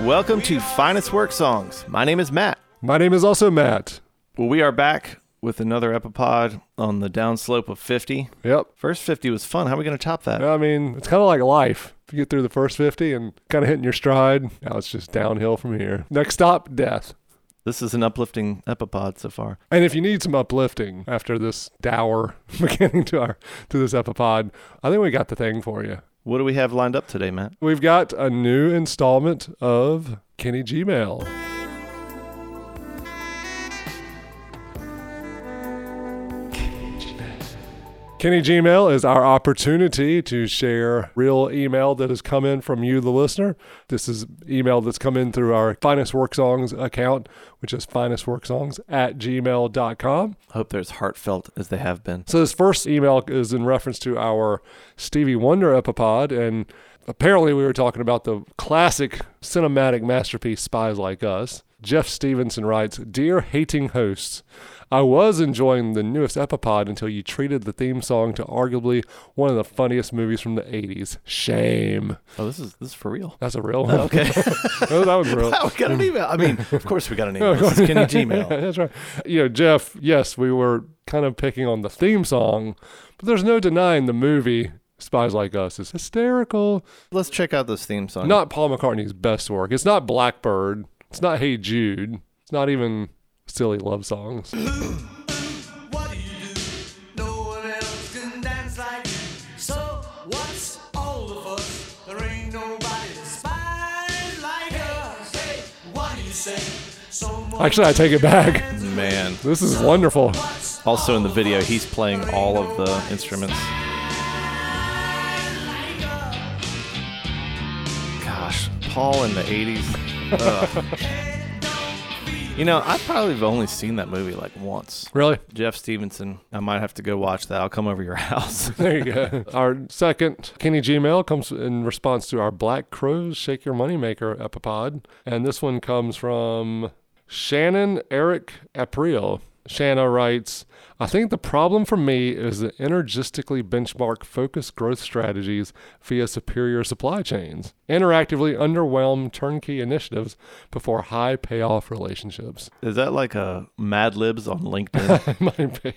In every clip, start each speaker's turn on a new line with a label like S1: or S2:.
S1: Welcome to Finest Work Songs. My name is Matt.
S2: My name is also Matt.
S1: Well, we are back with another Epipod on the downslope of 50.
S2: Yep.
S1: First 50 was fun. How are we going to top that?
S2: I mean, it's kind of like life. If you get through the first 50 and kind of hitting your stride, now it's just downhill from here. Next stop, death.
S1: This is an uplifting Epipod so far.
S2: And if you need some uplifting after this dour beginning to our to this epipod, I think we got the thing for you.
S1: What do we have lined up today, Matt?
S2: We've got a new installment of Kenny Gmail. Kenny Gmail is our opportunity to share real email that has come in from you, the listener. This is email that's come in through our Finest Work Songs account, which is finestworksongs at gmail.com.
S1: I hope they're as heartfelt as they have been.
S2: So this first email is in reference to our Stevie Wonder epipod, and apparently we were talking about the classic cinematic masterpiece Spies Like Us. Jeff Stevenson writes, Dear hating hosts, I was enjoying the newest epipod until you treated the theme song to arguably one of the funniest movies from the 80s. Shame.
S1: Oh, this is this is for real.
S2: That's a real one.
S1: Okay.
S2: Oh, that was
S1: we
S2: real.
S1: got an email. I mean, of course we got an email. This is Kenny Gmail.
S2: Yeah, that's right. You know, Jeff, yes, we were kind of picking on the theme song, but there's no denying the movie Spies Like Us is hysterical.
S1: Let's check out this theme song.
S2: Not Paul McCartney's best work. It's not Blackbird. It's not Hey Jude. It's not even silly love songs.
S3: What do you do? No one else can dance like you. So what's all the fuss? There ain't nobody spies like us. Hey, what do you say? Someone
S2: Actually, I take it back.
S1: Man.
S2: This is wonderful.
S1: Also in the video, he's playing all of the instruments. Gosh, Paul in the 80s. Ugh. you know, I probably have only seen that movie like once.
S2: Really?
S1: Jeff Stevenson, I might have to go watch that. I'll come over to your house.
S2: There you go. Our second Kenny Gmail comes in response to our Black Crows Shake Your Moneymaker epipod. And this one comes from Shannon Eric April. Shanna writes, I think the problem for me is the energistically benchmark focused growth strategies via superior supply chains, interactively underwhelm turnkey initiatives before high payoff relationships.
S1: Is that like a Mad Libs on LinkedIn?
S2: Might be.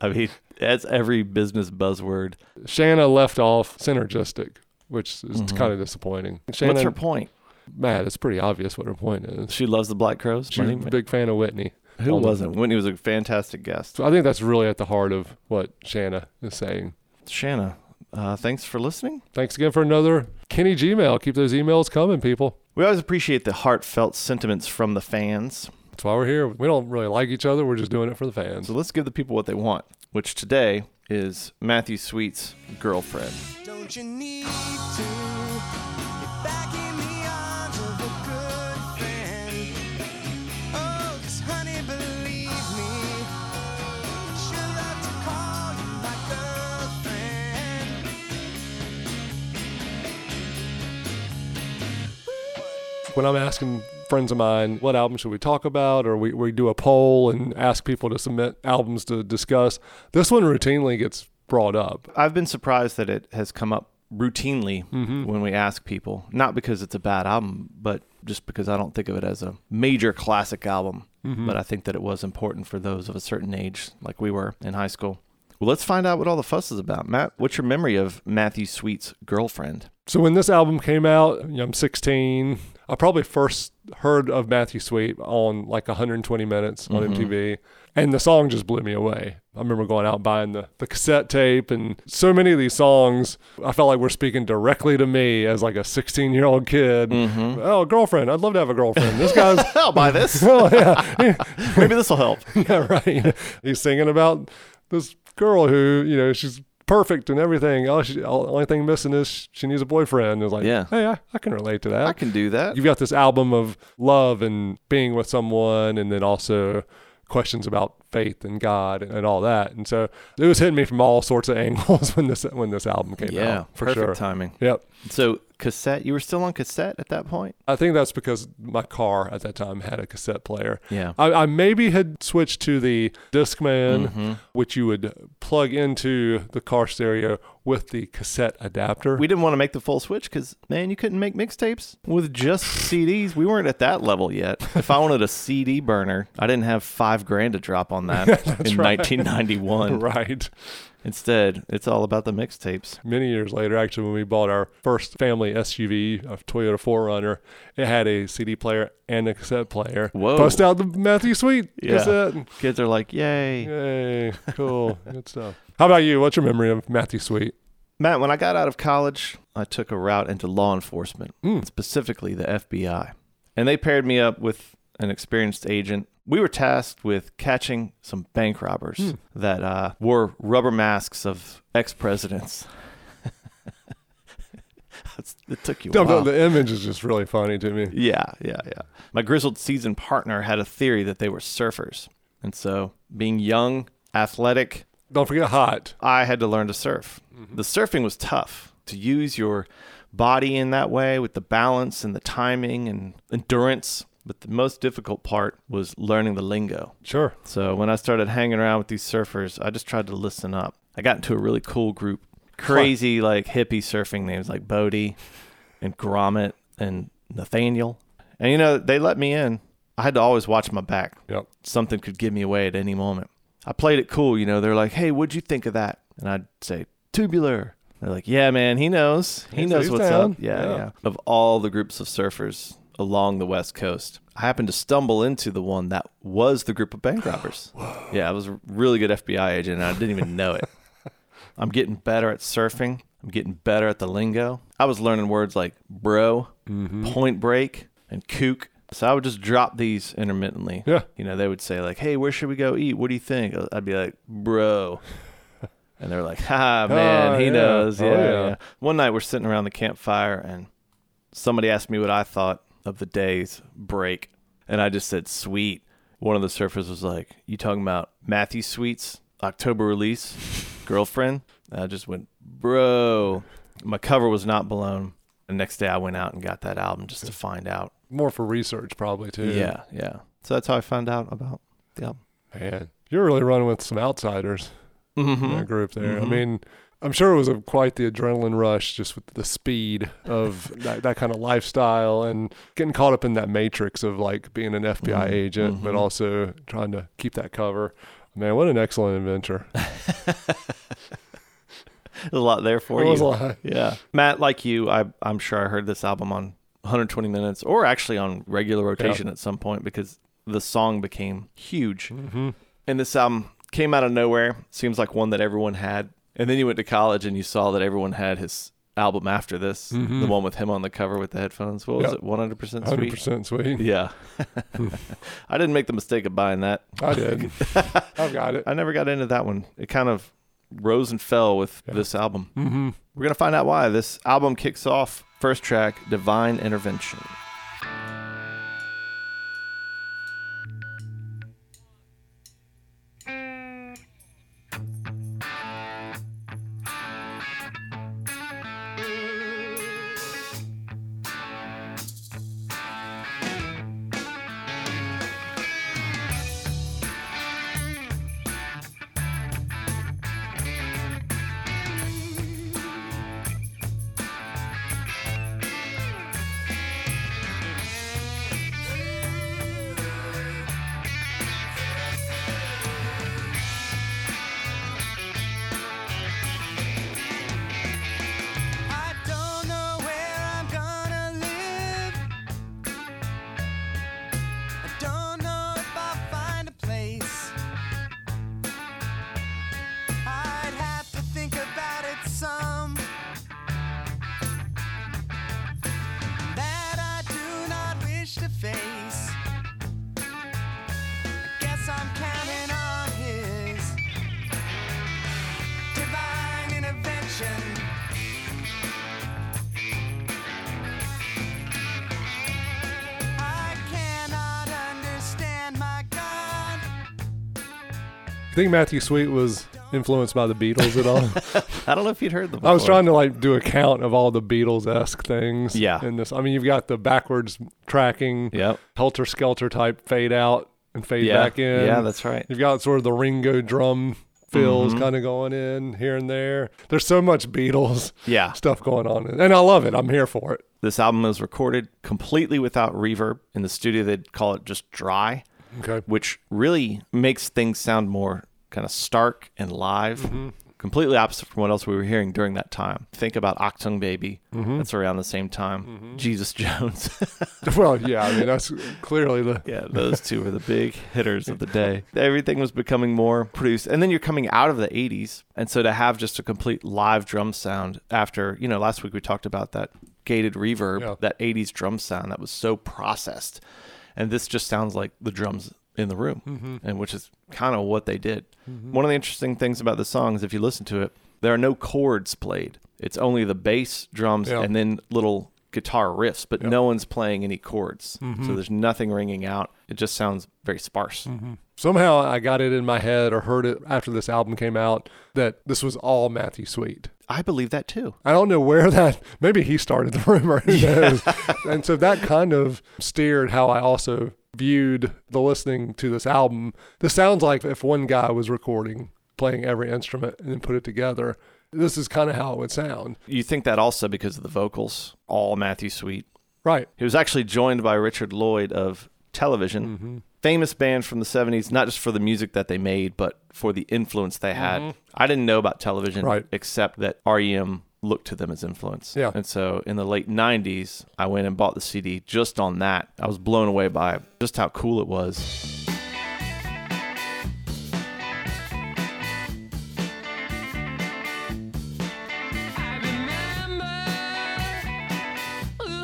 S1: I mean, that's every business buzzword.
S2: Shanna left off synergistic, which is kind of disappointing.
S1: Mm-hmm. What's
S2: Shannon,
S1: her point?
S2: Matt, it's pretty obvious what her point is.
S1: She loves the Black Crows.
S2: She's a big fan of Whitney.
S1: Who wasn't? Whitney was a fantastic guest.
S2: So I think that's really at the heart of what Shanna is saying.
S1: Shanna, uh, thanks for listening.
S2: Thanks again for another Kenny Gmail. Keep those emails coming, people.
S1: We always appreciate the heartfelt sentiments from the fans.
S2: That's why we're here. We don't really like each other. We're just doing it for the fans.
S1: So let's give the people what they want, which today is Matthew Sweet's girlfriend.
S3: Don't you need to? You're back in the arms of a good friend. Oh, 'cause honey, believe me, she'll love to call you my girlfriend.
S2: When I'm asking friends of mine what album should we talk about, or we, we do a poll and ask people to submit albums to discuss, this one routinely gets brought up.
S1: I've been surprised that it has come up routinely when we ask people, not because it's a bad album, but just because I don't think of it as a major classic album. But I think that it was important for those of a certain age, like we were in high school. Well, let's find out what all the fuss is about. Matt, what's your memory of Matthew Sweet's girlfriend?
S2: So when this album came out, you know, I'm 16. I probably first heard of Matthew Sweet on like 120 Minutes on MTV, and the song just blew me away. I remember going out buying the, the cassette tape, and so many of these songs, I felt like were speaking directly to me as like a 16 year old kid. Oh, girlfriend! I'd love to have a girlfriend. This guy's
S1: I'll buy this.
S2: oh yeah,
S1: Maybe this will help.
S2: yeah, right. He's singing about this girl who, you know, she's perfect and everything. All she, all, only thing missing is she needs a boyfriend. It's like,
S1: Yeah.
S2: hey, I, I can relate to that.
S1: I can do that.
S2: You've got this album of love and being with someone, and then also questions about faith in God and, and all that. And so it was hitting me from all sorts of angles when this when this album came out.
S1: yeah,
S2: for
S1: perfect
S2: sure.
S1: timing.
S2: Yep.
S1: So cassette, you were still on cassette at that point.
S2: I think that's because my car at that time had a cassette player.
S1: Yeah.
S2: I, I maybe had switched to the Discman,
S1: Mm-hmm.
S2: which you would plug into the car stereo with the cassette adapter.
S1: We didn't want to make the full switch because man, you couldn't make mixtapes with just CDs. We weren't at that level yet. If I wanted a CD burner, I didn't have five grand to drop on that in 1991.
S2: right.
S1: Instead, it's all about the mixtapes.
S2: Many years later, actually, when we bought our first family SUV, a Toyota 4Runner, it had a CD player and a cassette player.
S1: Whoa.
S2: Bust out the Matthew Sweet
S1: Yeah.
S2: cassette.
S1: Kids are like, yay.
S2: Yay. Cool. Good stuff. How about you? What's your memory of Matthew Sweet?
S1: Matt, when I got out of college, I took a route into law enforcement, specifically the FBI. And they paired me up with an experienced agent. We were tasked with catching some bank robbers
S2: Hmm.
S1: that uh, wore rubber masks of ex presidents. it took you a
S2: No,
S1: while.
S2: no, The image is just really funny to me.
S1: Yeah, yeah, yeah. My grizzled seasoned partner had a theory that they were surfers. And so, being young, athletic,
S2: Don't forget hot.
S1: I had to learn to surf. The surfing was tough to use your body in that way with the balance and the timing and endurance. But the most difficult part was learning the lingo.
S2: Sure.
S1: So when I started hanging around with these surfers, I just tried to listen up. I got into a really cool group, crazy like hippie surfing names like Bodie and Grommet and Nathaniel. And you know, they let me in. I had to always watch my back
S2: Yep.
S1: something could give me away at any moment. I played it cool, you know. They're like, "Hey, what'd you think of that?" And I'd say, "Tubular." They're like, "Yeah, man, he knows. He
S2: He's-
S1: knows
S2: he's
S1: what's
S2: down."
S1: up." Yeah,
S2: Yeah.
S1: yeah, Of all the groups of surfers along the West Coast, I happened to stumble into the one that was the group of bank robbers. yeah, I was a really good FBI agent, and I didn't even know it. I'm getting better at surfing. I'm getting better at the lingo. I was learning words like bro, point break, and kook. So I would just drop these intermittently.
S2: Yeah.
S1: You know, they would say like, "Hey, where should we go eat? What do you think?" Uh, I'd be like, "Bro," and they're like, "Ha, man,
S2: Oh,
S1: he
S2: yeah.
S1: knows."
S2: Oh,
S1: Yeah,
S2: yeah.
S1: yeah. One night we're sitting around the campfire, and somebody asked me what I thought of the day's break, and I just said, "Sweet." One of the surfers was like, "You talking about Matthew Sweet's October release, girlfriend?" And I just went, "Bro." My cover was not blown. The next day, I went out and got that album just to find out.
S2: More for research, probably, too.
S1: Yeah, yeah. So that's how I found out about the album.
S2: Man, you're really running with some outsiders
S1: Mm-hmm.
S2: in that group there. I mean, I'm sure it was a, quite the adrenaline rush just with the speed of that, that kind of lifestyle and getting caught up in that matrix of like being an FBI
S1: Mm-hmm.
S2: agent, but also trying to keep that cover. Man, what an excellent adventure.
S1: There's a lot there for
S2: It
S1: you.
S2: was a lot.
S1: Yeah, Matt, like you, I, I'm sure I heard this album on 120 minutes, or actually on regular rotation at some point because the song became huge. Mm-hmm. And this album came out of nowhere. Seems like one that everyone had. And then you went to college and you saw that everyone had his album after this, the
S2: Mm-hmm.
S1: one with him on the cover with the headphones. What was
S2: Yeah.
S1: it? 100% sweet.
S2: 100% sweet.
S1: Yeah, I didn't make the mistake of buying that.
S2: I did. I've got it.
S1: I never got into that one. It kind of rose and fell with this album. Mm-hmm. We're going to find out why. This album kicks off first track, Divine Intervention.
S4: Thank
S2: You think Matthew Sweet was influenced by the Beatles at all?
S1: I don't know if you'd heard them.
S2: I was
S1: before.
S2: trying to like do a count of all the Beatles esque things.
S1: Yeah.
S2: In this, I mean, you've got the backwards tracking,
S1: Yep.
S2: helter skelter type fade out and fade
S1: Yeah.
S2: back in.
S1: Yeah, that's right. Mm-hmm.
S2: You've got sort of the Ringo drum fills kind of going in here and there. There's so much Beatles
S1: Yeah.
S2: stuff going on, and I love it. I'm here for it.
S1: This album was recorded completely without reverb. In the studio, they'd call it just dry,
S2: Okay.
S1: which really makes things sound more kind of stark and live. Completely opposite from what else we were hearing during that time. Think about Octung Baby. That's around the same time. Jesus Jones.
S2: Well, yeah. I mean, that's clearly the
S1: Yeah, those two were the big hitters of the day. Everything was becoming more produced. And then you're coming out of the 80s. And so to have just a complete live drum sound after, you know, last week we talked about that gated reverb,
S2: Yeah.
S1: that 80s drum sound that was so processed. And this just sounds like the drums in the room,
S2: Mm-hmm.
S1: and which is kind of what they did. One of the interesting things about the song is if you listen to it, there are no chords played. It's only the bass, drums,
S2: Yeah.
S1: and then little guitar riffs, but no one's playing any chords.
S2: Mm-hmm.
S1: So there's nothing ringing out. It just sounds very sparse.
S2: somehow I got it in my head or heard it after this album came out that this was all Matthew Sweet.
S1: I believe that too.
S2: I don't know where that. Maybe he started the rumor. Who knows? and so that kind of steered how I also viewed the listening to this album. This sounds like if one guy was recording, playing every instrument, and then put it together. This is kind of how it would sound,
S1: You think that also because of the vocals, all Matthew Sweet.
S2: right?
S1: He was actually joined by Richard Lloyd of Television,
S2: Mm-hmm.
S1: famous band from the 70s, not just for the music that they made, but for the influence they had. I didn't know about Television
S2: Mm-hmm. Right.
S1: except that REM looked to them as influence.
S2: Yeah.
S1: And so in the late 90s, I went and bought the CD just on that. I was blown away by just how cool it was.
S4: I remember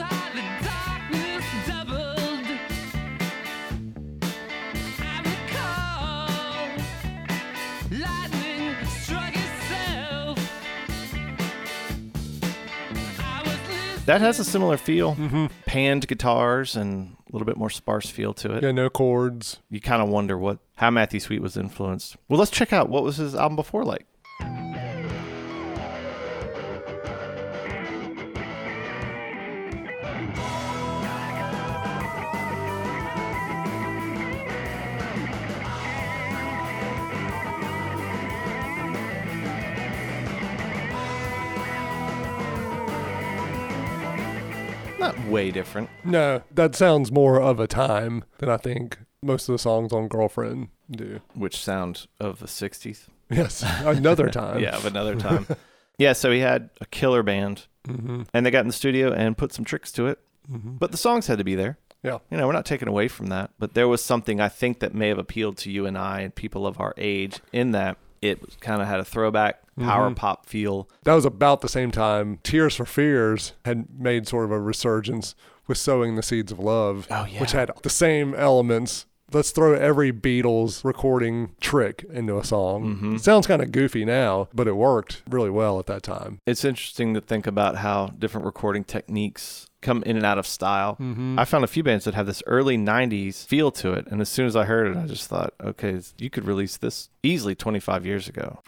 S4: how the darkness doubled. I recall lightning struck itself. I was listening.
S1: That has a similar feel, panned guitars and a little bit more sparse feel to it.
S2: Yeah, no chords.
S1: You kind of wonder what how Matthew Sweet was influenced. Well, let's check out what was his album before like. Not way different.
S2: No, that sounds more of a time than I think most of the songs on Girlfriend do.
S1: Which sound of the 60s?
S2: Yes, another time.
S1: Yeah, of another time. yeah, so he had a killer band,
S2: Mm-hmm,
S1: and they got in the studio and put some tricks to it. But the songs had to be there.
S2: yeah.
S1: You know, we're not taking away from that. But there was something I think that may have appealed to you and I and people of our age in that it kind of had a throwback power pop feel.
S2: That was about the same time Tears for Fears had made sort of a resurgence with Sowing the Seeds of Love,
S1: Oh, yeah.
S2: which had the same elements. Let's throw every Beatles recording trick into a song.
S1: Mm-hmm.
S2: It sounds kind of goofy now, but it worked really well at that time.
S1: It's interesting to think about how different recording techniques come in and out of style. I found a few bands that have this early 90s feel to it. And as soon as I heard it, I just thought, okay, you could release this easily 25 years ago.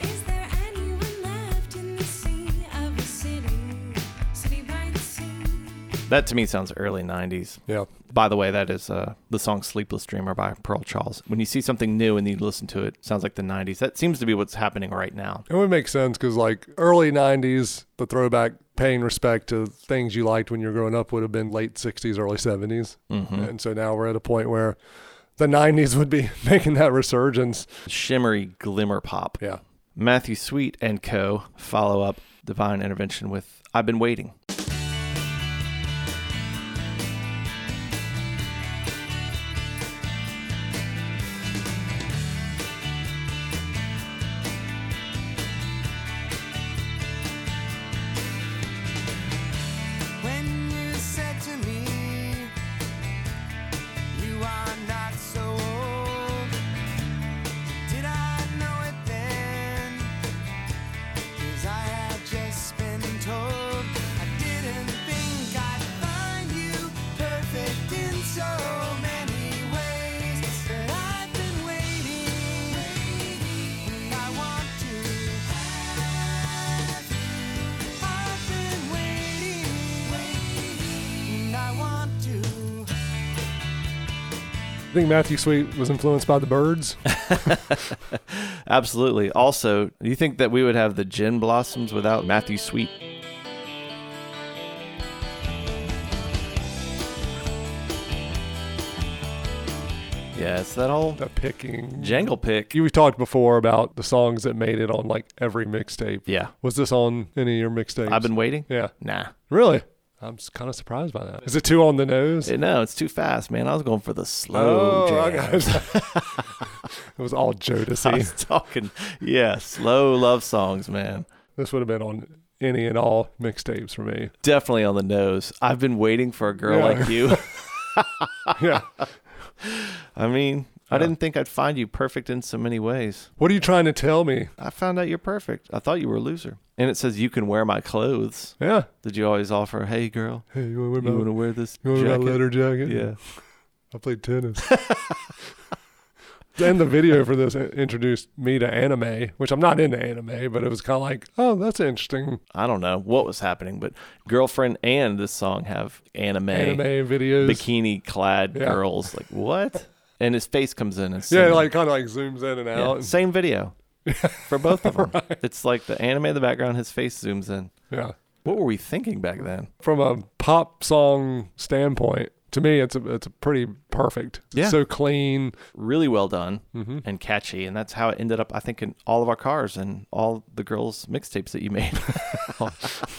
S5: Is there anyone left in the sea of the city, city by the sea?
S1: That to me sounds early 90s.
S2: Yeah.
S1: By the way, that is uh, the song Sleepless Dreamer by Pearl Charles. When you see something new and you listen to it, sounds like the 90s. That seems to be what's happening right now.
S2: It would make sense because, like, early 90s, the throwback paying respect to things you liked when you were growing up would have been late 60s, early 70s.
S1: Mm-hmm.
S2: And so now we're at a point where the 90s would be making that resurgence.
S1: Shimmery glimmer pop.
S2: Yeah.
S1: Matthew Sweet and Co. follow up Divine Intervention with I've Been Waiting.
S3: When you said to me, You are not so old,
S2: think Matthew Sweet was influenced by the birds.
S1: Absolutely. Also, do you think that we would have the gin blossoms without Matthew Sweet? Yeah, it's that old
S2: the picking.
S1: jangle pick.
S2: You we talked before about the songs that made it on like every mixtape.
S1: Yeah.
S2: Was this on any of your mixtapes?
S1: I've been waiting.
S2: Yeah.
S1: Nah.
S2: Really? I'm kind of surprised by that. Is it too on the nose?
S1: No, it's too fast, man. I was going for the slow
S2: oh, I
S1: jam.
S2: got it. It was all
S1: I
S2: Jodeci.
S1: was talking, yeah, slow love songs, man.
S2: this would have been on any and all mixtapes for me.
S1: Definitely on the nose. I've been waiting for a girl
S2: Yeah.
S1: like you.
S2: yeah.
S1: I mean, I didn't think I'd find you perfect in so many ways.
S2: What are you trying to tell me?
S1: I found out you're perfect. I thought you were a loser. And it says you can wear my clothes.
S2: Yeah.
S1: Did you always offer, hey girl,
S2: Hey, you want
S1: you want
S2: to
S1: to wear this
S2: wear my
S1: jacket?
S2: leather jacket?
S1: Yeah,
S2: I played tennis. and the video for this introduced me to anime, which I'm not into anime, but it was kind of like, oh, that's interesting.
S1: I don't know what was happening, but girlfriend and this song have anime,
S2: Anime videos.
S1: bikini clad
S2: Yeah.
S1: girls. Like what? And his face comes in and
S2: Yeah,
S1: sings.
S2: it like kind of like zooms in and
S1: Yeah,
S2: out.
S1: same video for both of them. It's like the anime in the background, his face zooms in.
S2: yeah.
S1: What were we thinking back then?
S2: From a pop song standpoint, to me, it's a it's a pretty perfect. It's
S1: Yeah.
S2: so clean. Mm-hmm.
S1: Really well done and catchy, and that's how it ended up. I think in all of our cars and all the girls' mixtapes that you made.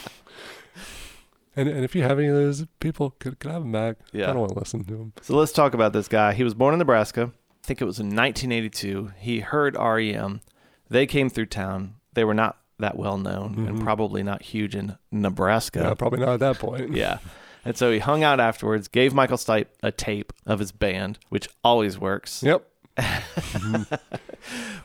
S2: And and if you have any of those people, could, could I have them back?
S1: Yeah.
S2: I don't want to listen to them.
S1: so let's talk about this guy. He was born in Nebraska. I think it was in 1982. He heard REM. They came through town. They were not that well known
S2: Mm-hmm.
S1: and probably not huge in Nebraska.
S2: Yeah, probably not at that point.
S1: Yeah. And so he hung out afterwards, gave Michael Stipe a tape of his band, which always works.
S2: Yep.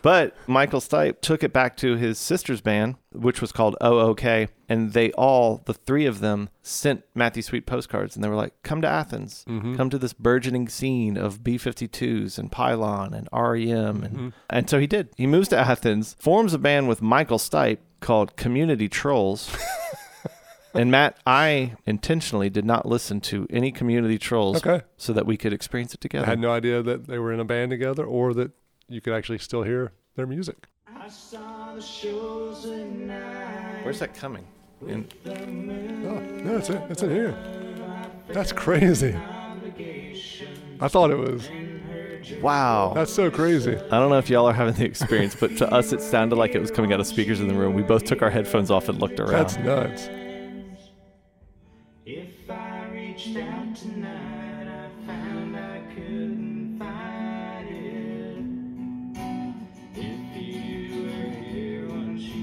S1: But Michael Stipe took it back to his sister's band, which was called OOK, and they all, the three of them, sent Matthew Sweet postcards, and they were like, "Come to Athens,
S2: Mm-hmm.
S1: come to this burgeoning scene of B52s and Pylon and REM,"
S2: Mm-hmm.
S1: and and so he did. He moves to Athens, forms a band with Michael Stipe called Community Trolls. And Matt, I intentionally did not listen to any community trolls
S2: Okay.
S1: so that we could experience it together.
S2: I had no idea that they were in a band together or that you could actually still hear their music.
S1: Where's that coming? In-
S2: Oh, no, it's in, it's in here. That's crazy. I thought it was.
S1: wow.
S2: That's so crazy.
S1: I don't know if y'all are having the experience, but to us, it sounded like it was coming out of speakers in the room. We both took our headphones off and looked around.
S2: That's nuts.
S6: Oh,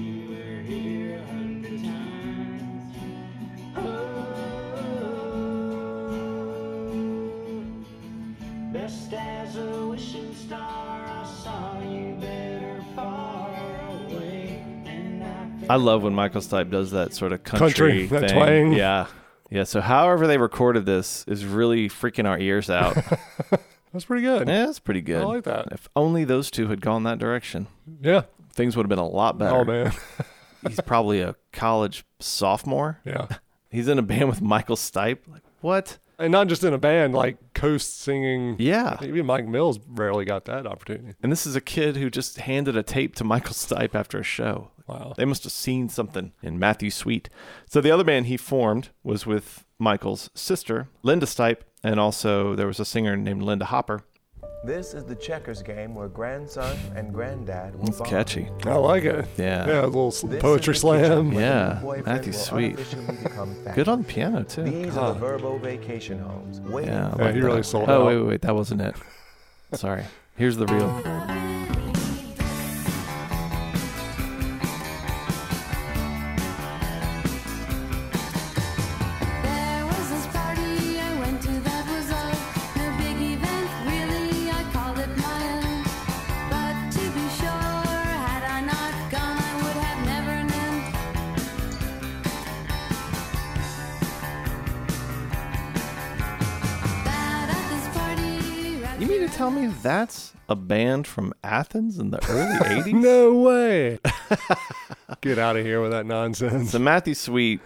S6: Best as a wishing star, I saw you better far away. And I
S1: I love when Michael Stipe does that sort of country,
S2: Country, that
S1: thing.
S2: twang.
S1: Yeah. Yeah. So, however, they recorded this is really freaking our ears out.
S2: That's pretty good.
S1: yeah, that's pretty good.
S2: I like that.
S1: If only those two had gone that direction,
S2: Yeah.
S1: things would have been a lot better.
S2: Oh, man.
S1: He's probably a college sophomore.
S2: Yeah.
S1: He's in a band with Michael Stipe. Like, what?
S2: And not just in a band, like coast singing.
S1: Yeah.
S2: Even Mike Mills rarely got that opportunity.
S1: And this is a kid who just handed a tape to Michael Stipe after a show.
S2: Wow.
S1: They must have seen something in Matthew Sweet. So the other band he formed was with Michael's sister, Linda Stipe, and also there was a singer named Linda Hopper.
S7: This is the checkers game where grandson and granddad will
S1: It's
S7: bond.
S1: catchy.
S2: I like it.
S1: Yeah.
S2: Yeah, a little s-
S7: This
S2: poetry
S7: is the kitchen
S2: slam.
S7: where
S1: Yeah,
S7: the boyfriend
S1: Matthew's
S7: will
S1: uh, sweet.
S7: unofficially become
S1: Good on
S7: fatty.
S1: the piano too.
S7: These are the Verbo vacation homes. waiting
S1: Yeah, I
S7: for
S1: like
S2: he
S1: that.
S2: really sold
S1: Oh
S2: out.
S1: wait, wait, wait, that wasn't it. Sorry. Here's the real.
S5: There was this party I went to that was all no big event, really. I called it my own. But to be sure, had I not gone, I would have never known. That at this party,
S1: You mean to tell me that's a band from Athens in the early '80s?
S2: No way. Get out of here with that nonsense.
S1: So Matthew Sweet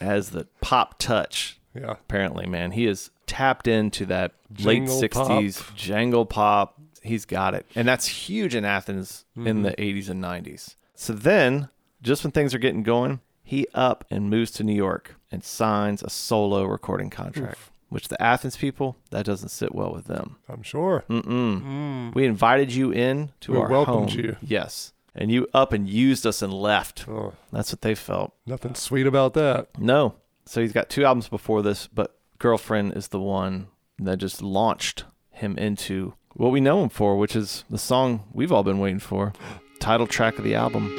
S1: has the pop touch
S2: Yeah.
S1: Apparently, man, he is tapped into that
S2: Jangle
S1: late
S2: pop.
S1: '60s jangle pop. He's got it, and that's huge in Athens in
S2: Mm-hmm.
S1: the '80s and '90s. So then, just when things are getting going, he up and moves to New York and signs a solo recording contract. Which the Athens people, that doesn't sit well with them.
S2: I'm sure.
S1: Hmm. We invited you in to
S2: Mm. We
S1: our
S2: welcomed
S1: home.
S2: you.
S1: Yes. And you up and used us and left.
S2: Oh,
S1: That's what they felt.
S2: nothing sweet about that.
S1: No. So he's got two albums before this, but Girlfriend is the one that just launched him into what we know him for, which is the song we've all been waiting for, title track of the album.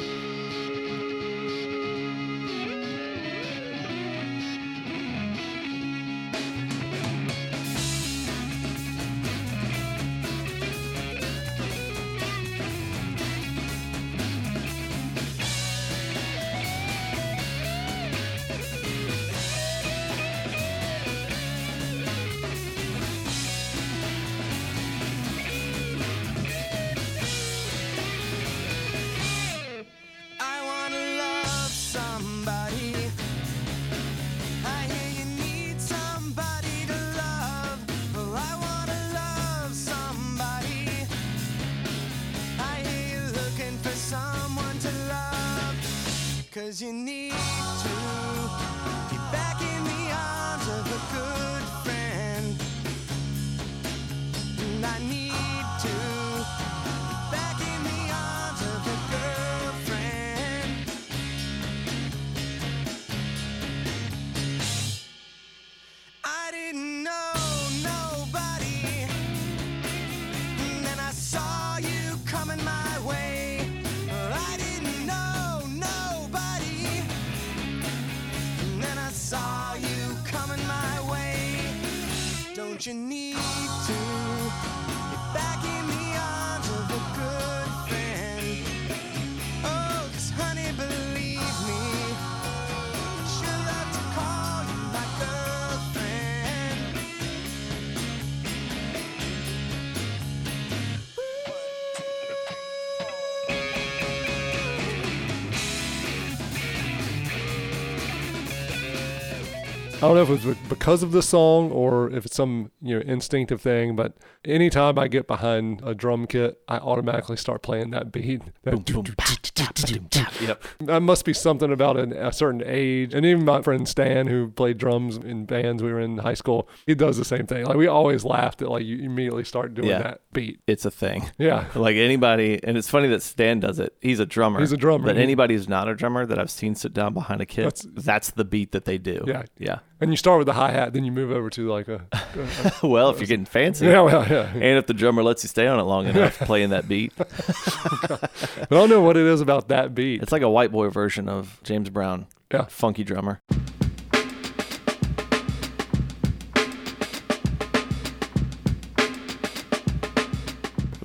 S3: I wanna love somebody. I hear you need somebody to love. Well, I wanna love somebody. I hear you looking for someone to love. Cause you need to be back in the arms of a good friend. And I need to back in the arms of a girlfriend. I didn't know nobody, and then I saw you coming my way. Well, I didn't know nobody, and then I saw you coming my way. Don't you need to? back in the arms of a good friend. Oh, 'cause honey, believe me, she'll love to call you my girlfriend.
S2: I don't know if it was be- because of the song or if it's some you know instinctive thing, but anytime I get behind a drum kit, I automatically start playing that beat. That
S1: Yep.
S2: That must be something about an, a certain age. And even my friend Stan, who played drums in bands we were in high school, he does the same thing. Like we always laughed at like you immediately start doing
S1: Yeah.
S2: that beat.
S1: It's a thing.
S2: Yeah.
S1: Like anybody, and it's funny that Stan does it. He's a drummer.
S2: He's a drummer.
S1: But anybody who's not a drummer that I've seen sit down behind a kit,
S2: That's-
S1: that's, the beat that they do.
S2: Yeah.
S1: Yeah.
S2: And you start with the hi hat, then you move over to like a
S1: Well, if you're getting fancy.
S2: yeah, well, yeah.
S1: And if the drummer lets you stay on it long enough playing that beat,
S2: But I don't know what it is about that beat.
S1: it's like a white boy version of James Brown,
S2: Yeah.
S1: funky drummer.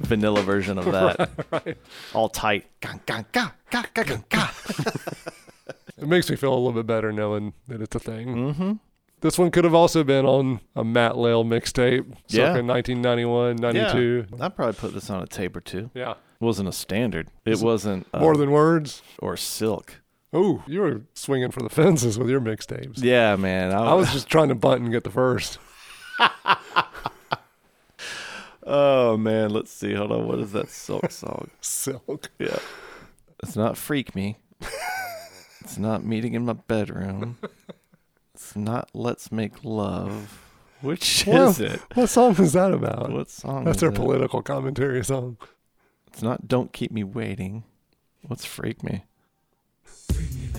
S1: Vanilla version of that. All tight. Gang, gang, ga, ga, ga, gang, ga.
S2: It makes me feel a little bit better knowing that it's a thing. Mm-hmm. This one could have also been on a Matt Lale mixtape,
S1: Yeah.
S2: circa 1991, 92.
S1: I'd probably put this on a tape or two.
S2: Yeah.
S1: wasn't a standard. It wasn't uh,
S2: More than words.
S1: or silk.
S2: Oh, you were swinging for the fences with your mixtapes.
S1: Yeah, man. I,
S2: I was just trying to bunt and get the first.
S1: Oh man, let's see. Hold on. What is that silk song?
S2: Silk.
S1: Yeah. It's not freak me. it's not meeting in my bedroom. It's not let's make love. Which is it?
S2: What song is that about?
S1: What song?
S2: That's
S1: is
S2: their
S1: it?
S2: political commentary song.
S1: It's not don't keep me waiting. What's freak me?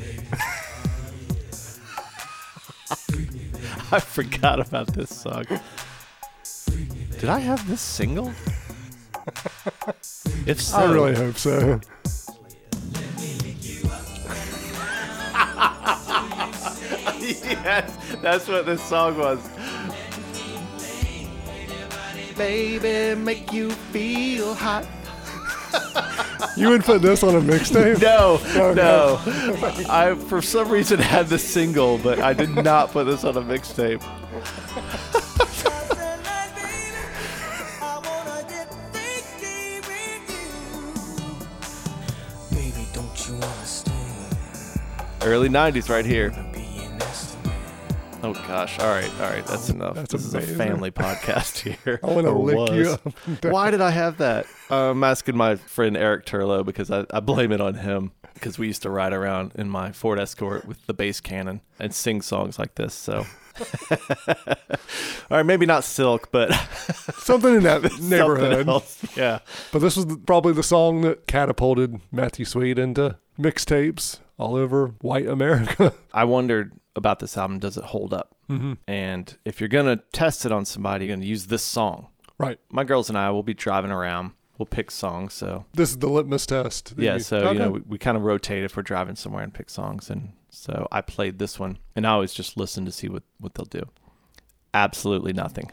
S1: I forgot about this song. Did I have this single? If so,
S2: I really hope so.
S1: yes, that's what this song was. Baby, make you feel hot.
S2: You would put this on a mixtape?
S1: No,
S2: no.
S1: no. I, for some reason, had the single, but I did not put this on a mixtape.
S8: Baby, don't you understand?
S1: Early 90s, right here.
S8: Being nasty, man.
S1: Oh gosh! All right, all right. That's enough.
S2: That's
S1: this is
S2: amazing.
S1: a family podcast here.
S2: I wanna
S1: Or
S2: lick you
S1: was.
S2: up and down.
S1: Why did I have that? I'm asking my friend Eric Turlow because I, I blame it on him because we used to ride around in my Ford Escort with the bass cannon and sing songs like this. So, all right, maybe not Silk, but
S2: Something in that
S1: something
S2: neighborhood.
S1: else. Yeah,
S2: But this was the- probably the song that catapulted Matthew Sweet into mixtapes all over white America.
S1: I wondered about this album. Does it hold up? Mm-hmm. And if you're gonna test it on somebody, you're gonna use this song.
S2: right.
S1: My girls and I will be driving around. We'll pick songs. So
S2: This is the litmus test.
S1: Yeah, so
S2: Okay.
S1: you know we, we kind of rotate if we're driving somewhere and pick songs, and so I played this one, and I always just listen to see what what they'll do. Absolutely nothing.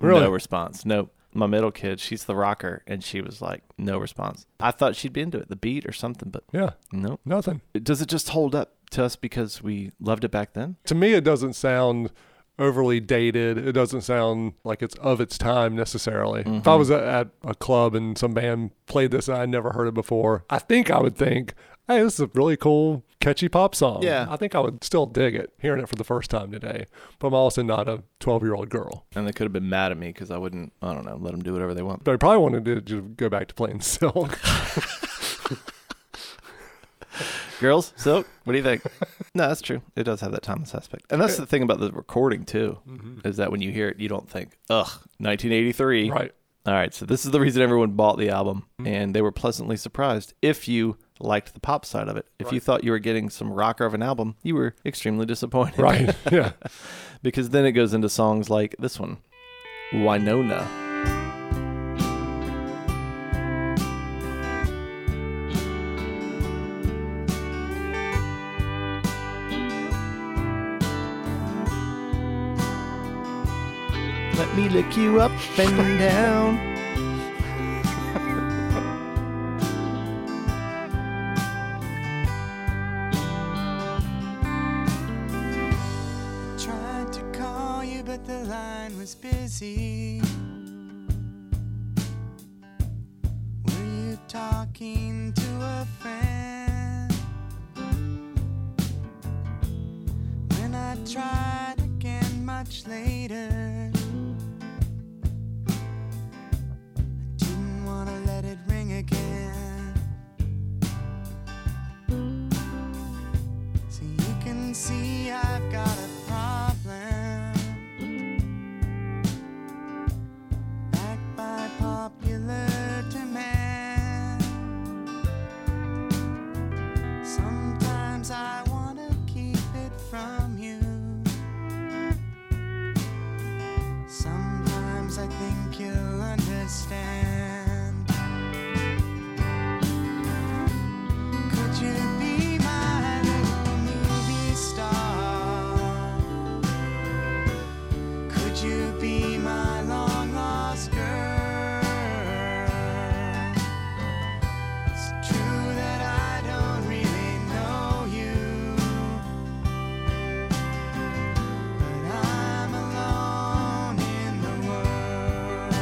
S2: Really?
S1: No response. Nope. My middle kid, she's the rocker, and she was like, no response. I thought she'd be into it, the beat or something, but
S2: yeah,
S1: nope.
S2: nothing.
S1: Does it just hold up to us because we loved it back then?
S2: To me, it doesn't sound overly dated. It doesn't sound like it's of its time necessarily. If I
S1: Mm-hmm.
S2: was a- at a club and some band played this and I never heard it before, I think I would think, hey, this is a really cool, catchy pop song.
S1: Yeah.
S2: I think I would still dig it hearing it for the first time today. But I'm also not a 12 year old girl.
S1: And they could have been mad at me because I wouldn't, I don't know, let them do whatever they want.
S2: They probably wanted to just go back to playing Silk.
S1: Girls, so what do you think? no, that's true. It does have that timeless aspect, and that's the thing about the recording too, is that when you hear it, you don't think, "Ugh, 1983."
S2: Mm-hmm. right. Mm-hmm.
S1: All right. So this is the reason everyone bought the album, and they were pleasantly surprised if you liked the pop side of it. If you thought you were getting some rocker of an album, you were extremely disappointed.
S2: Right. yeah.
S1: because then it goes into songs like this one, Winona. Let me lick you up and down.
S3: Tried to call you, but the line was busy. Were you talking to a friend? When I tried again much later, I didn't want to let it ring again. So you can see I've got a problem. Backed by popular demand. Sometimes I want to keep it from you. Sometimes I think you'll understand. Could you be my little movie star? Could you be my long lost girl? It's true that I don't really know you, but I'm alone in the world.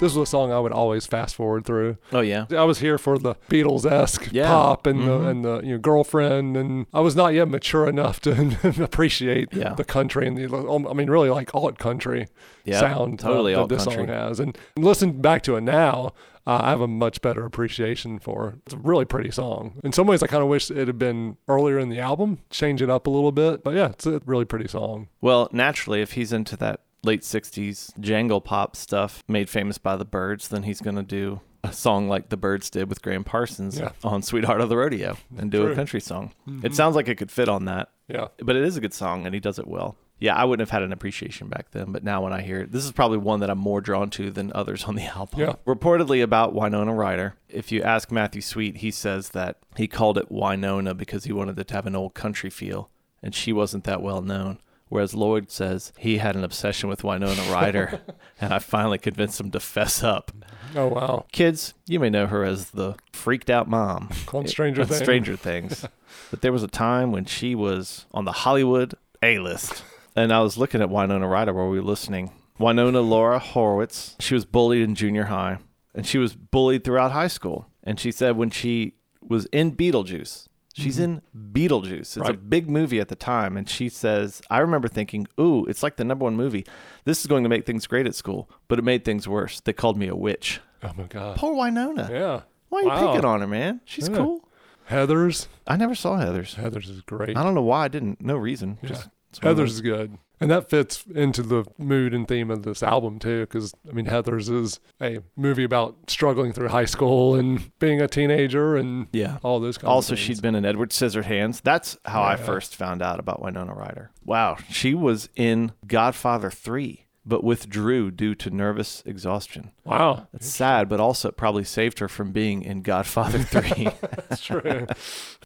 S2: This was a song I would always fast forward through.
S1: Oh yeah.
S2: I was here for the Beatles esque
S1: Yeah. Mm-hmm.
S2: pop and the and the you know girlfriend and I was not yet mature enough to appreciate
S1: Yeah.
S2: the country and the um, I mean really like alt country
S1: Yeah,
S2: sound uh,
S1: totally
S2: that
S1: alt
S2: this song
S1: country.
S2: has and listen back to it now uh, I have a much better appreciation for it. it's a really pretty song in some ways I kind of wish it had been earlier in the album change it up a little bit but yeah it's a really pretty song
S1: Well, naturally, if he's into that late 60s jangle pop stuff made famous by the Birds, then he's going to do a song like the Birds did with Graham Parsons
S2: Yeah.
S1: on Sweetheart of the Rodeo and do
S2: True. Mm-hmm.
S1: a country song. It sounds like it could fit on that,
S2: yeah
S1: but it is a good song and he does it well. Yeah, I wouldn't have had an appreciation back then, but now when I hear it, this is probably one that I'm more drawn to than others on the album.
S2: Yeah.
S1: Reportedly about Winona Ryder. If you ask Matthew Sweet, he says that he called it Winona because he wanted it to have an old country feel, and she wasn't that well known. Whereas Lloyd says he had an obsession with Winona Ryder, and I finally convinced him to fess up.
S2: oh wow
S1: Kids, you may know her as the freaked out mom
S2: On Stranger
S1: on
S2: Things.
S1: Stranger Things. but there was a time when she was on the Hollywood A list. And I was looking at Winona Ryder while we were listening. Winona Laura Horowitz, she was bullied in junior high and she was bullied throughout high school. And she said when she was in Beetlejuice, She's in Beetlejuice. It's a
S2: Mm-hmm. Right.
S1: big movie at the time. And she says, I remember thinking, ooh, it's like the number one movie. This is going to make things great at school. But it made things worse. They called me a witch.
S2: Oh my God.
S1: Poor Winona.
S2: Yeah.
S1: Why are you
S2: Wow.
S1: picking on her, man? She's
S2: Yeah.
S1: cool.
S2: Heather's.
S1: I never saw Heather's.
S2: Heather's is great.
S1: I don't know why I didn't. No reason.
S2: Yeah.
S1: Just it's one of
S2: Heather's is good. And that fits into the mood and theme of this album too, because I mean, Heather's is a movie about struggling through high school and being a teenager and
S1: Yeah.
S2: all those. Kinds
S1: Also,
S2: of things.
S1: she'd been in Edward Scissorhands. That's how I
S2: Yeah.
S1: first found out about Winona Ryder. Wow, she was in Godfather 3, but withdrew due to nervous exhaustion.
S2: wow,
S1: That's sad, but also it probably saved her from being in Godfather 3.
S2: that's true.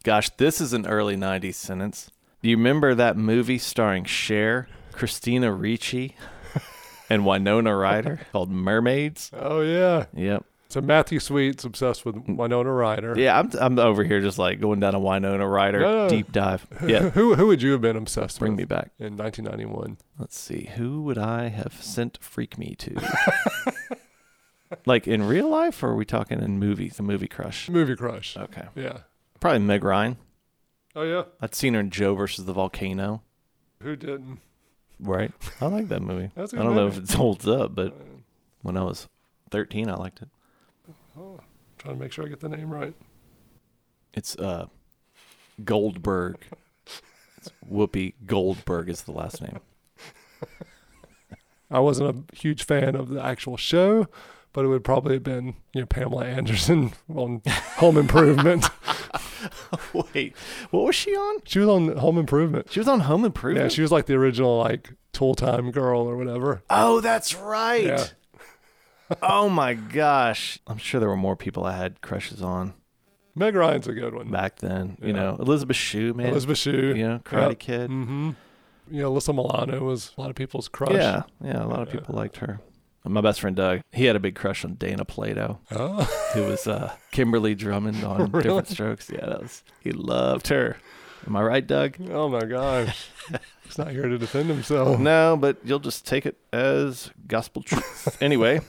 S1: Gosh, this is an early 90s sentence. Do you remember that movie starring Cher, Christina Ricci, and Winona Ryder called Mermaids?
S2: oh yeah.
S1: Yep.
S2: So Matthew Sweet's obsessed with Winona Ryder.
S1: Mm. Yeah, I'm, I'm over here just like going down a Winona Ryder
S2: No, no.
S1: deep dive. Yeah,
S2: Who who would you have been obsessed
S1: bring
S2: with
S1: me back.
S2: in 1991?
S1: Let's see, who would I have sent Freak Me to? like in real life, or are we talking in movies? The movie crush.
S2: Movie crush.
S1: Okay,
S2: Yeah.
S1: probably Meg Ryan.
S2: Oh yeah.
S1: I'd seen her in Joe versus the Volcano.
S2: Who didn't?
S1: Right. I like that movie.
S2: That's a
S1: I
S2: good
S1: don't know if it
S2: movie.
S1: holds up, but when I was 13, I liked it.
S2: Trying to make sure I get the name right.
S1: It's uh, Goldberg. It's Whoopi Goldberg is the last name.
S2: I wasn't a huge fan of the actual show, but it would probably have been you know Pamela Anderson on Home Improvement.
S1: Wait, what was she on?
S2: she was on Home Improvement.
S1: She was on Home Improvement.
S2: Yeah, she was like the original like tool time girl or whatever.
S1: Oh, that's right.
S2: Yeah.
S1: oh my gosh. I'm sure there were more people I had crushes on
S2: Meg Ryan's a good one.
S1: back then. You
S2: Yeah.
S1: know, Elizabeth Shue, man.
S2: Elizabeth Shue. Mm,
S1: You know, Karate
S2: Yep.
S1: Kid.
S2: You know, Alyssa Milano was a lot of people's crush.
S1: Yeah, yeah. A lot of people liked her. And My best friend Doug, he had a big crush on Dana Plato,
S2: Oh,
S1: who was uh, Kimberly Drummond on Different Strokes. Yeah, that was. He loved her. Am I right, Doug?
S2: oh my gosh. He's not here to defend himself.
S1: No, but you'll just take it as gospel truth. anyway,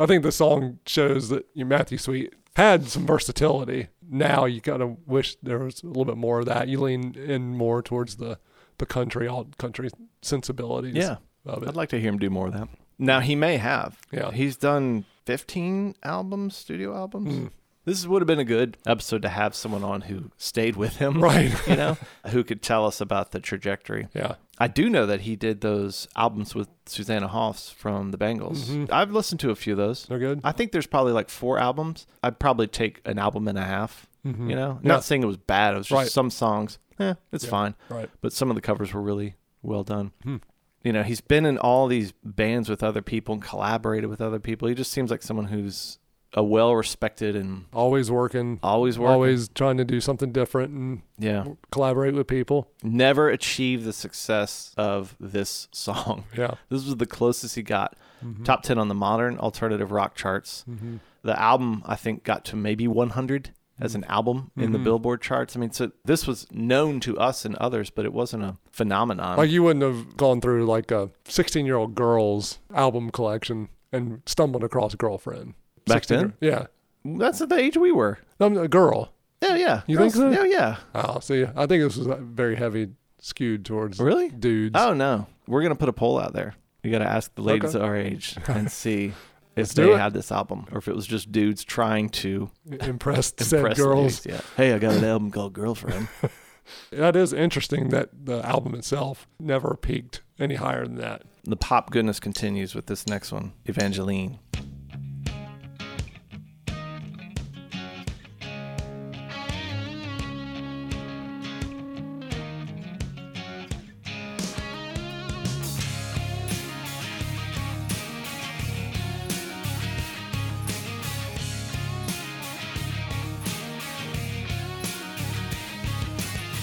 S2: I think the song shows that you know, Matthew Sweet had some versatility. Now you kind of wish there was a little bit more of that. You lean in more towards the the country, all country sensibilities.
S1: Yeah.
S2: of it.
S1: I'd like to hear him do more of that. Now he may have.
S2: Yeah.
S1: He's done 15 albums, studio albums.
S2: Mm.
S1: This would have been a good episode to have someone on who stayed with him,
S2: Hmm. Right.
S1: You know, who could tell us about the trajectory.
S2: yeah,
S1: I do know that he did those albums with Susanna Hoffs from the Bangles. I've listened to a few of those.
S2: they're good.
S1: I think there's probably like four albums. I'd probably take an album and a half. You know,
S2: Mm-hmm. Yeah.
S1: not saying it was bad. It was just
S2: Right.
S1: some songs. Eh, it's fine
S2: right.
S1: but some of the covers were really well done.
S2: Hmm.
S1: You know, he's been in all these bands with other people and collaborated with other people. He just seems like someone who's a well respected and
S2: Always working.
S1: always working.
S2: Always trying to do something different and
S1: Yeah.
S2: collaborate with people.
S1: Never achieved the success of this song.
S2: Yeah.
S1: This was the closest he got.
S2: Mm-hmm.
S1: Top 10 on the modern alternative rock charts. The album, I think, got to maybe 100 as
S2: Mm-hmm.
S1: an album in the Billboard charts. I mean, so this was known to us and others, but it wasn't a phenomenon.
S2: Like you wouldn't have gone through like a 16 year old girl's album collection and stumbled across girlfriend.
S1: Back
S2: 16
S1: then?
S2: Yeah.
S1: That's the age we were.
S2: No, I'm a girl.
S1: Yeah, yeah.
S2: You think so?
S1: Yeah, yeah.
S2: Oh, see, I think this was uh, very heavy skewed towards
S1: Really?
S2: dudes.
S1: Oh no, we're gonna put a poll out there. You gotta ask the ladies
S2: Okay.
S1: our age and see if
S2: do
S1: they
S2: it.
S1: had this album or if it was just dudes trying to
S2: impressed said
S1: impress
S2: girls.
S1: Ladies. Yeah. Hey, I got an album called Girlfriend.
S2: That is interesting that the album itself never peaked any higher than that.
S1: the pop goodness continues with this next one, Evangeline.
S4: I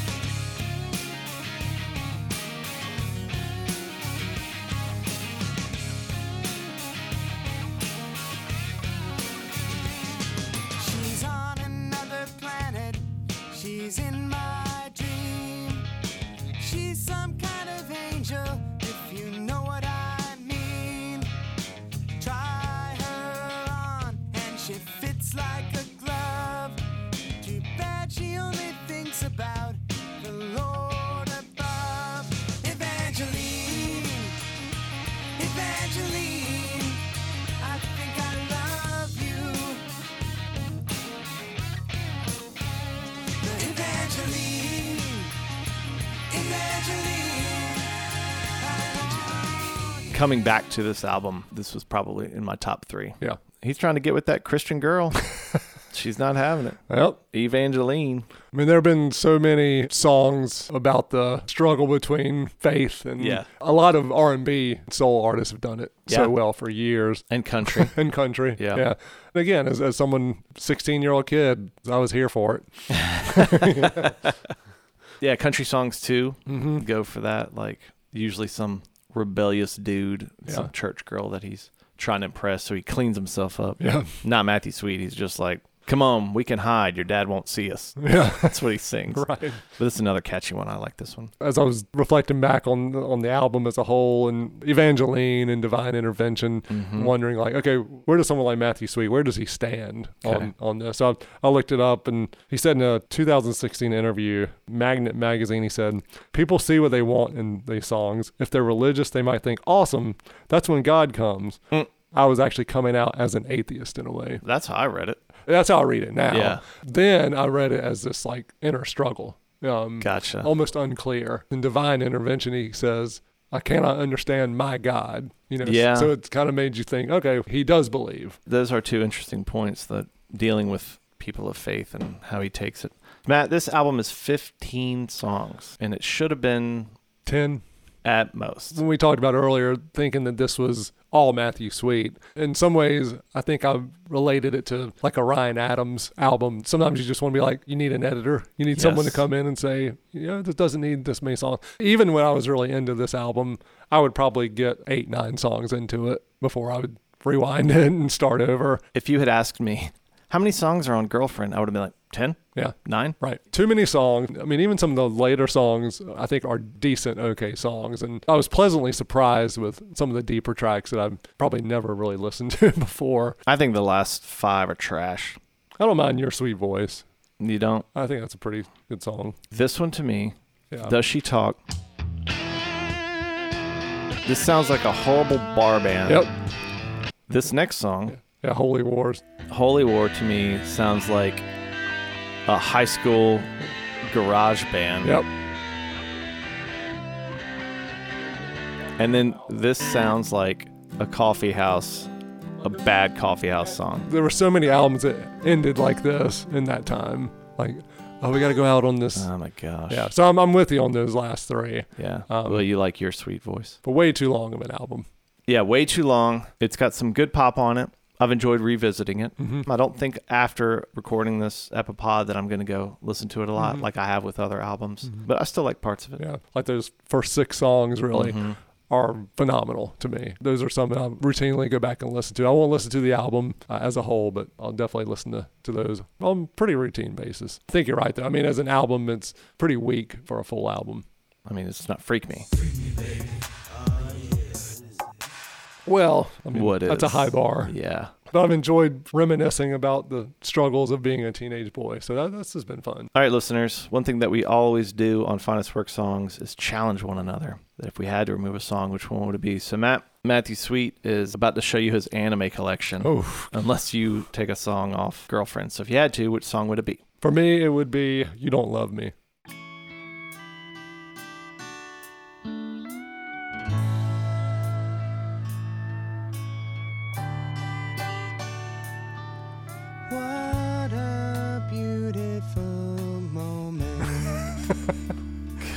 S1: coming back to this album, this was probably in my top three.
S2: Yeah.
S1: He's trying to get with that Christian girl. She's not having it.
S2: Well,
S1: Evangeline.
S2: I mean, there have been so many songs about the struggle between faith and
S1: Yeah.
S2: a lot of R and B soul artists have done it
S1: Yeah.
S2: so well for years.
S1: And country.
S2: And country,
S1: Yeah.
S2: yeah. And again, as, as someone, sixteen-year-old kid, I was here for it.
S1: yeah, country songs too. Go for that. Like usually some rebellious dude,
S2: Yeah.
S1: some church girl that he's trying to impress, so he cleans himself up.
S2: Yeah.
S1: Not Matthew Sweet. He's just like, Come on, we can hide. Your dad won't see us.
S2: Yeah,
S1: That's what he sings.
S2: right.
S1: But this is another catchy one. I like this one.
S2: as I was reflecting back on on the album as a whole and Evangeline and Divine Intervention,
S1: Mm-hmm.
S2: wondering like, okay, where does someone like Matthew Sweet, where does he stand
S1: Okay.
S2: on on this? So I, I looked it up, and he said in a 2016 interview, Magnet Magazine, he said, people see what they want in these songs. If they're religious, they might think, awesome, that's when God comes.
S1: Mm.
S2: I was actually coming out as an atheist in a way.
S1: That's how I read it.
S2: That's how I read it now.
S1: Yeah.
S2: Then I read it as this like inner struggle. Um,
S1: Gotcha.
S2: almost unclear. In divine intervention, he says, I cannot understand my God. You know, s-
S1: Yeah.
S2: so it kind of made you think, okay, he does believe.
S1: those are two interesting points that dealing with people of faith and how he takes it. Matt, this album is 15 songs and it should have been
S2: 10.
S1: at most.
S2: When we talked about earlier, thinking that this was all Matthew Sweet. In some ways, I think I related it to like a Ryan Adams album. Sometimes you just want to be like, you need an editor. You need someone to
S1: Yes.
S2: come in and say, yeah, this doesn't need this many songs. Even when I was really into this album, I would probably get eight, nine songs into it before I would rewind it and start over.
S1: If you had asked me how many songs are on Girlfriend, I would have been like 10,
S2: Yeah.
S1: 9.
S2: Right. Too many songs. I mean, even some of the later songs, I think, are decent, okay songs. And I was pleasantly surprised with some of the deeper tracks that I've probably never really listened to before.
S1: I think the last five are trash.
S2: I don't mind Your Sweet Voice.
S1: You don't.
S2: I think that's a pretty good song.
S1: This one to me,
S2: Yeah.
S1: Does She Talk? This sounds like a horrible bar band.
S2: Yep.
S1: This next song,
S2: Yeah, Holy Wars.
S1: Holy War to me sounds like a high school garage band.
S2: Yep.
S1: And then this sounds like a coffee house, a bad coffee house song.
S2: There were so many albums that ended like this in that time. Like, oh, we got to go out on this.
S1: Oh my gosh.
S2: yeah. So I'm, I'm with you on those last three,
S1: Yeah.
S2: Um,
S1: well, you like your sweet voice.
S2: but way too long of an album.
S1: Yeah, way too long. It's got some good pop on it. I've enjoyed revisiting it.
S2: Mm-hmm.
S1: I don't think after recording this Epipod that I'm going to go listen to it a lot like I have with other albums, but I still like parts of it.
S2: Mm-hmm. Yeah, like those first six songs
S1: Mm-hmm.
S2: really are phenomenal to me. Those are some that I routinely go back and listen to. I won't listen to the album uh, as a whole, but I'll definitely listen to, to those on a pretty routine basis. I think you're right, though. I mean, as an album, it's pretty weak for a full album.
S1: I mean, it's not Freak Me.
S2: Well, I mean,
S1: What is?
S2: that's a high bar.
S1: Yeah.
S2: But I've enjoyed reminiscing about the struggles of being a teenage boy, so that, that's just been fun.
S1: All right, listeners, one thing that we always do on Finest Work Songs is challenge one another. That if we had to remove a song, which one would it be? So, Matt, Matthew Sweet is about to show you his anime collection.
S2: Oof.
S1: Unless you take a song off Girlfriend. So, if you had to, which song would it be?
S2: For me, it would be "You Don't Love Me."
S6: What a beautiful moment.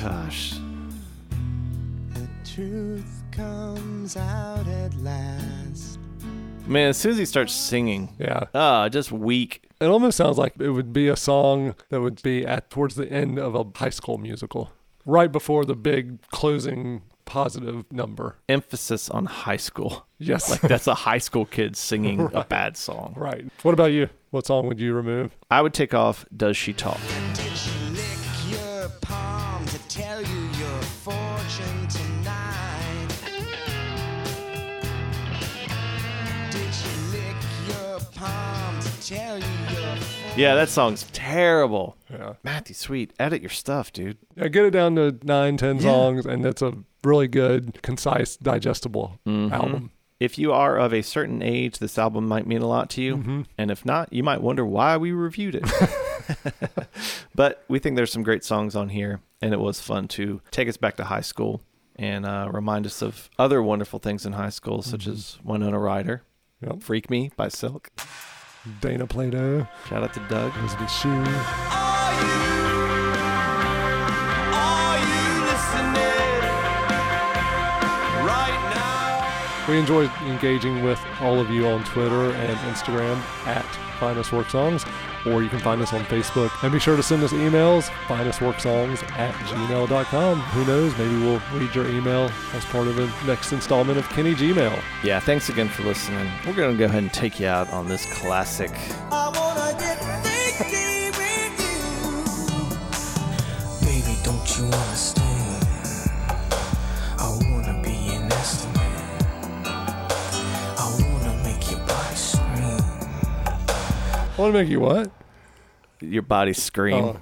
S1: Gosh.
S6: the truth comes out at last.
S1: Man, as soon as he starts singing,
S2: Yeah,
S1: ah, just weak.
S2: it almost sounds like it would be a song that would be at towards the end of a high school musical right before the big closing positive number
S1: Emphasis on high school.
S2: yes
S1: Like, that's a high school kid singing a bad song.
S2: right what about you what song would you remove
S1: I would take off Does She Talk?
S6: Did she lick your palm to tell you your fortune tonight? Did she lick your palm to tell you your fortune?
S1: Yeah, that song's terrible.
S2: yeah,
S1: Matthew Sweet, edit your stuff, dude.
S2: yeah get it down to nine ten songs and that's a really good concise digestible album
S1: If you are of a certain age, this album might mean a lot to you. And if not, you might wonder why we reviewed it. but we think there's some great songs on here, and it was fun to take us back to high school. and uh, remind us of other wonderful things in high school, such as Winona Ryder,
S2: Yep.
S1: Freak Me by Silk.
S2: Dana Plato,
S1: Shout out to Doug.
S2: Elizabeth Shue.
S3: Are you? Are you listening right now?
S2: We enjoy engaging with all of you on Twitter and Instagram at Find Us Work Songs, or you can find us on Facebook. And be sure to send us emails, find us work songs at gmail.com. Who knows, maybe we'll read your email as part of the next installment of Kenny Gmail.
S1: Yeah, thanks again for listening. We're going to go ahead and take you out on this classic.
S3: I wanna get sticky with you. Baby, don't you understand? I wanna be an estimate. I wanna make your body scream.
S2: I want to make you what?
S1: Your body scream.
S2: Oh,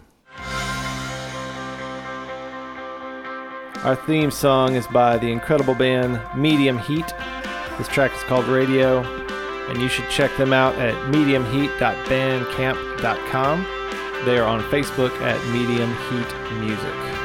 S1: Our theme song is by the incredible band Medium Heat. This track is called Radio, and you should check them out at mediumheat.bandcamp.com. They are on Facebook at Medium Heat Music.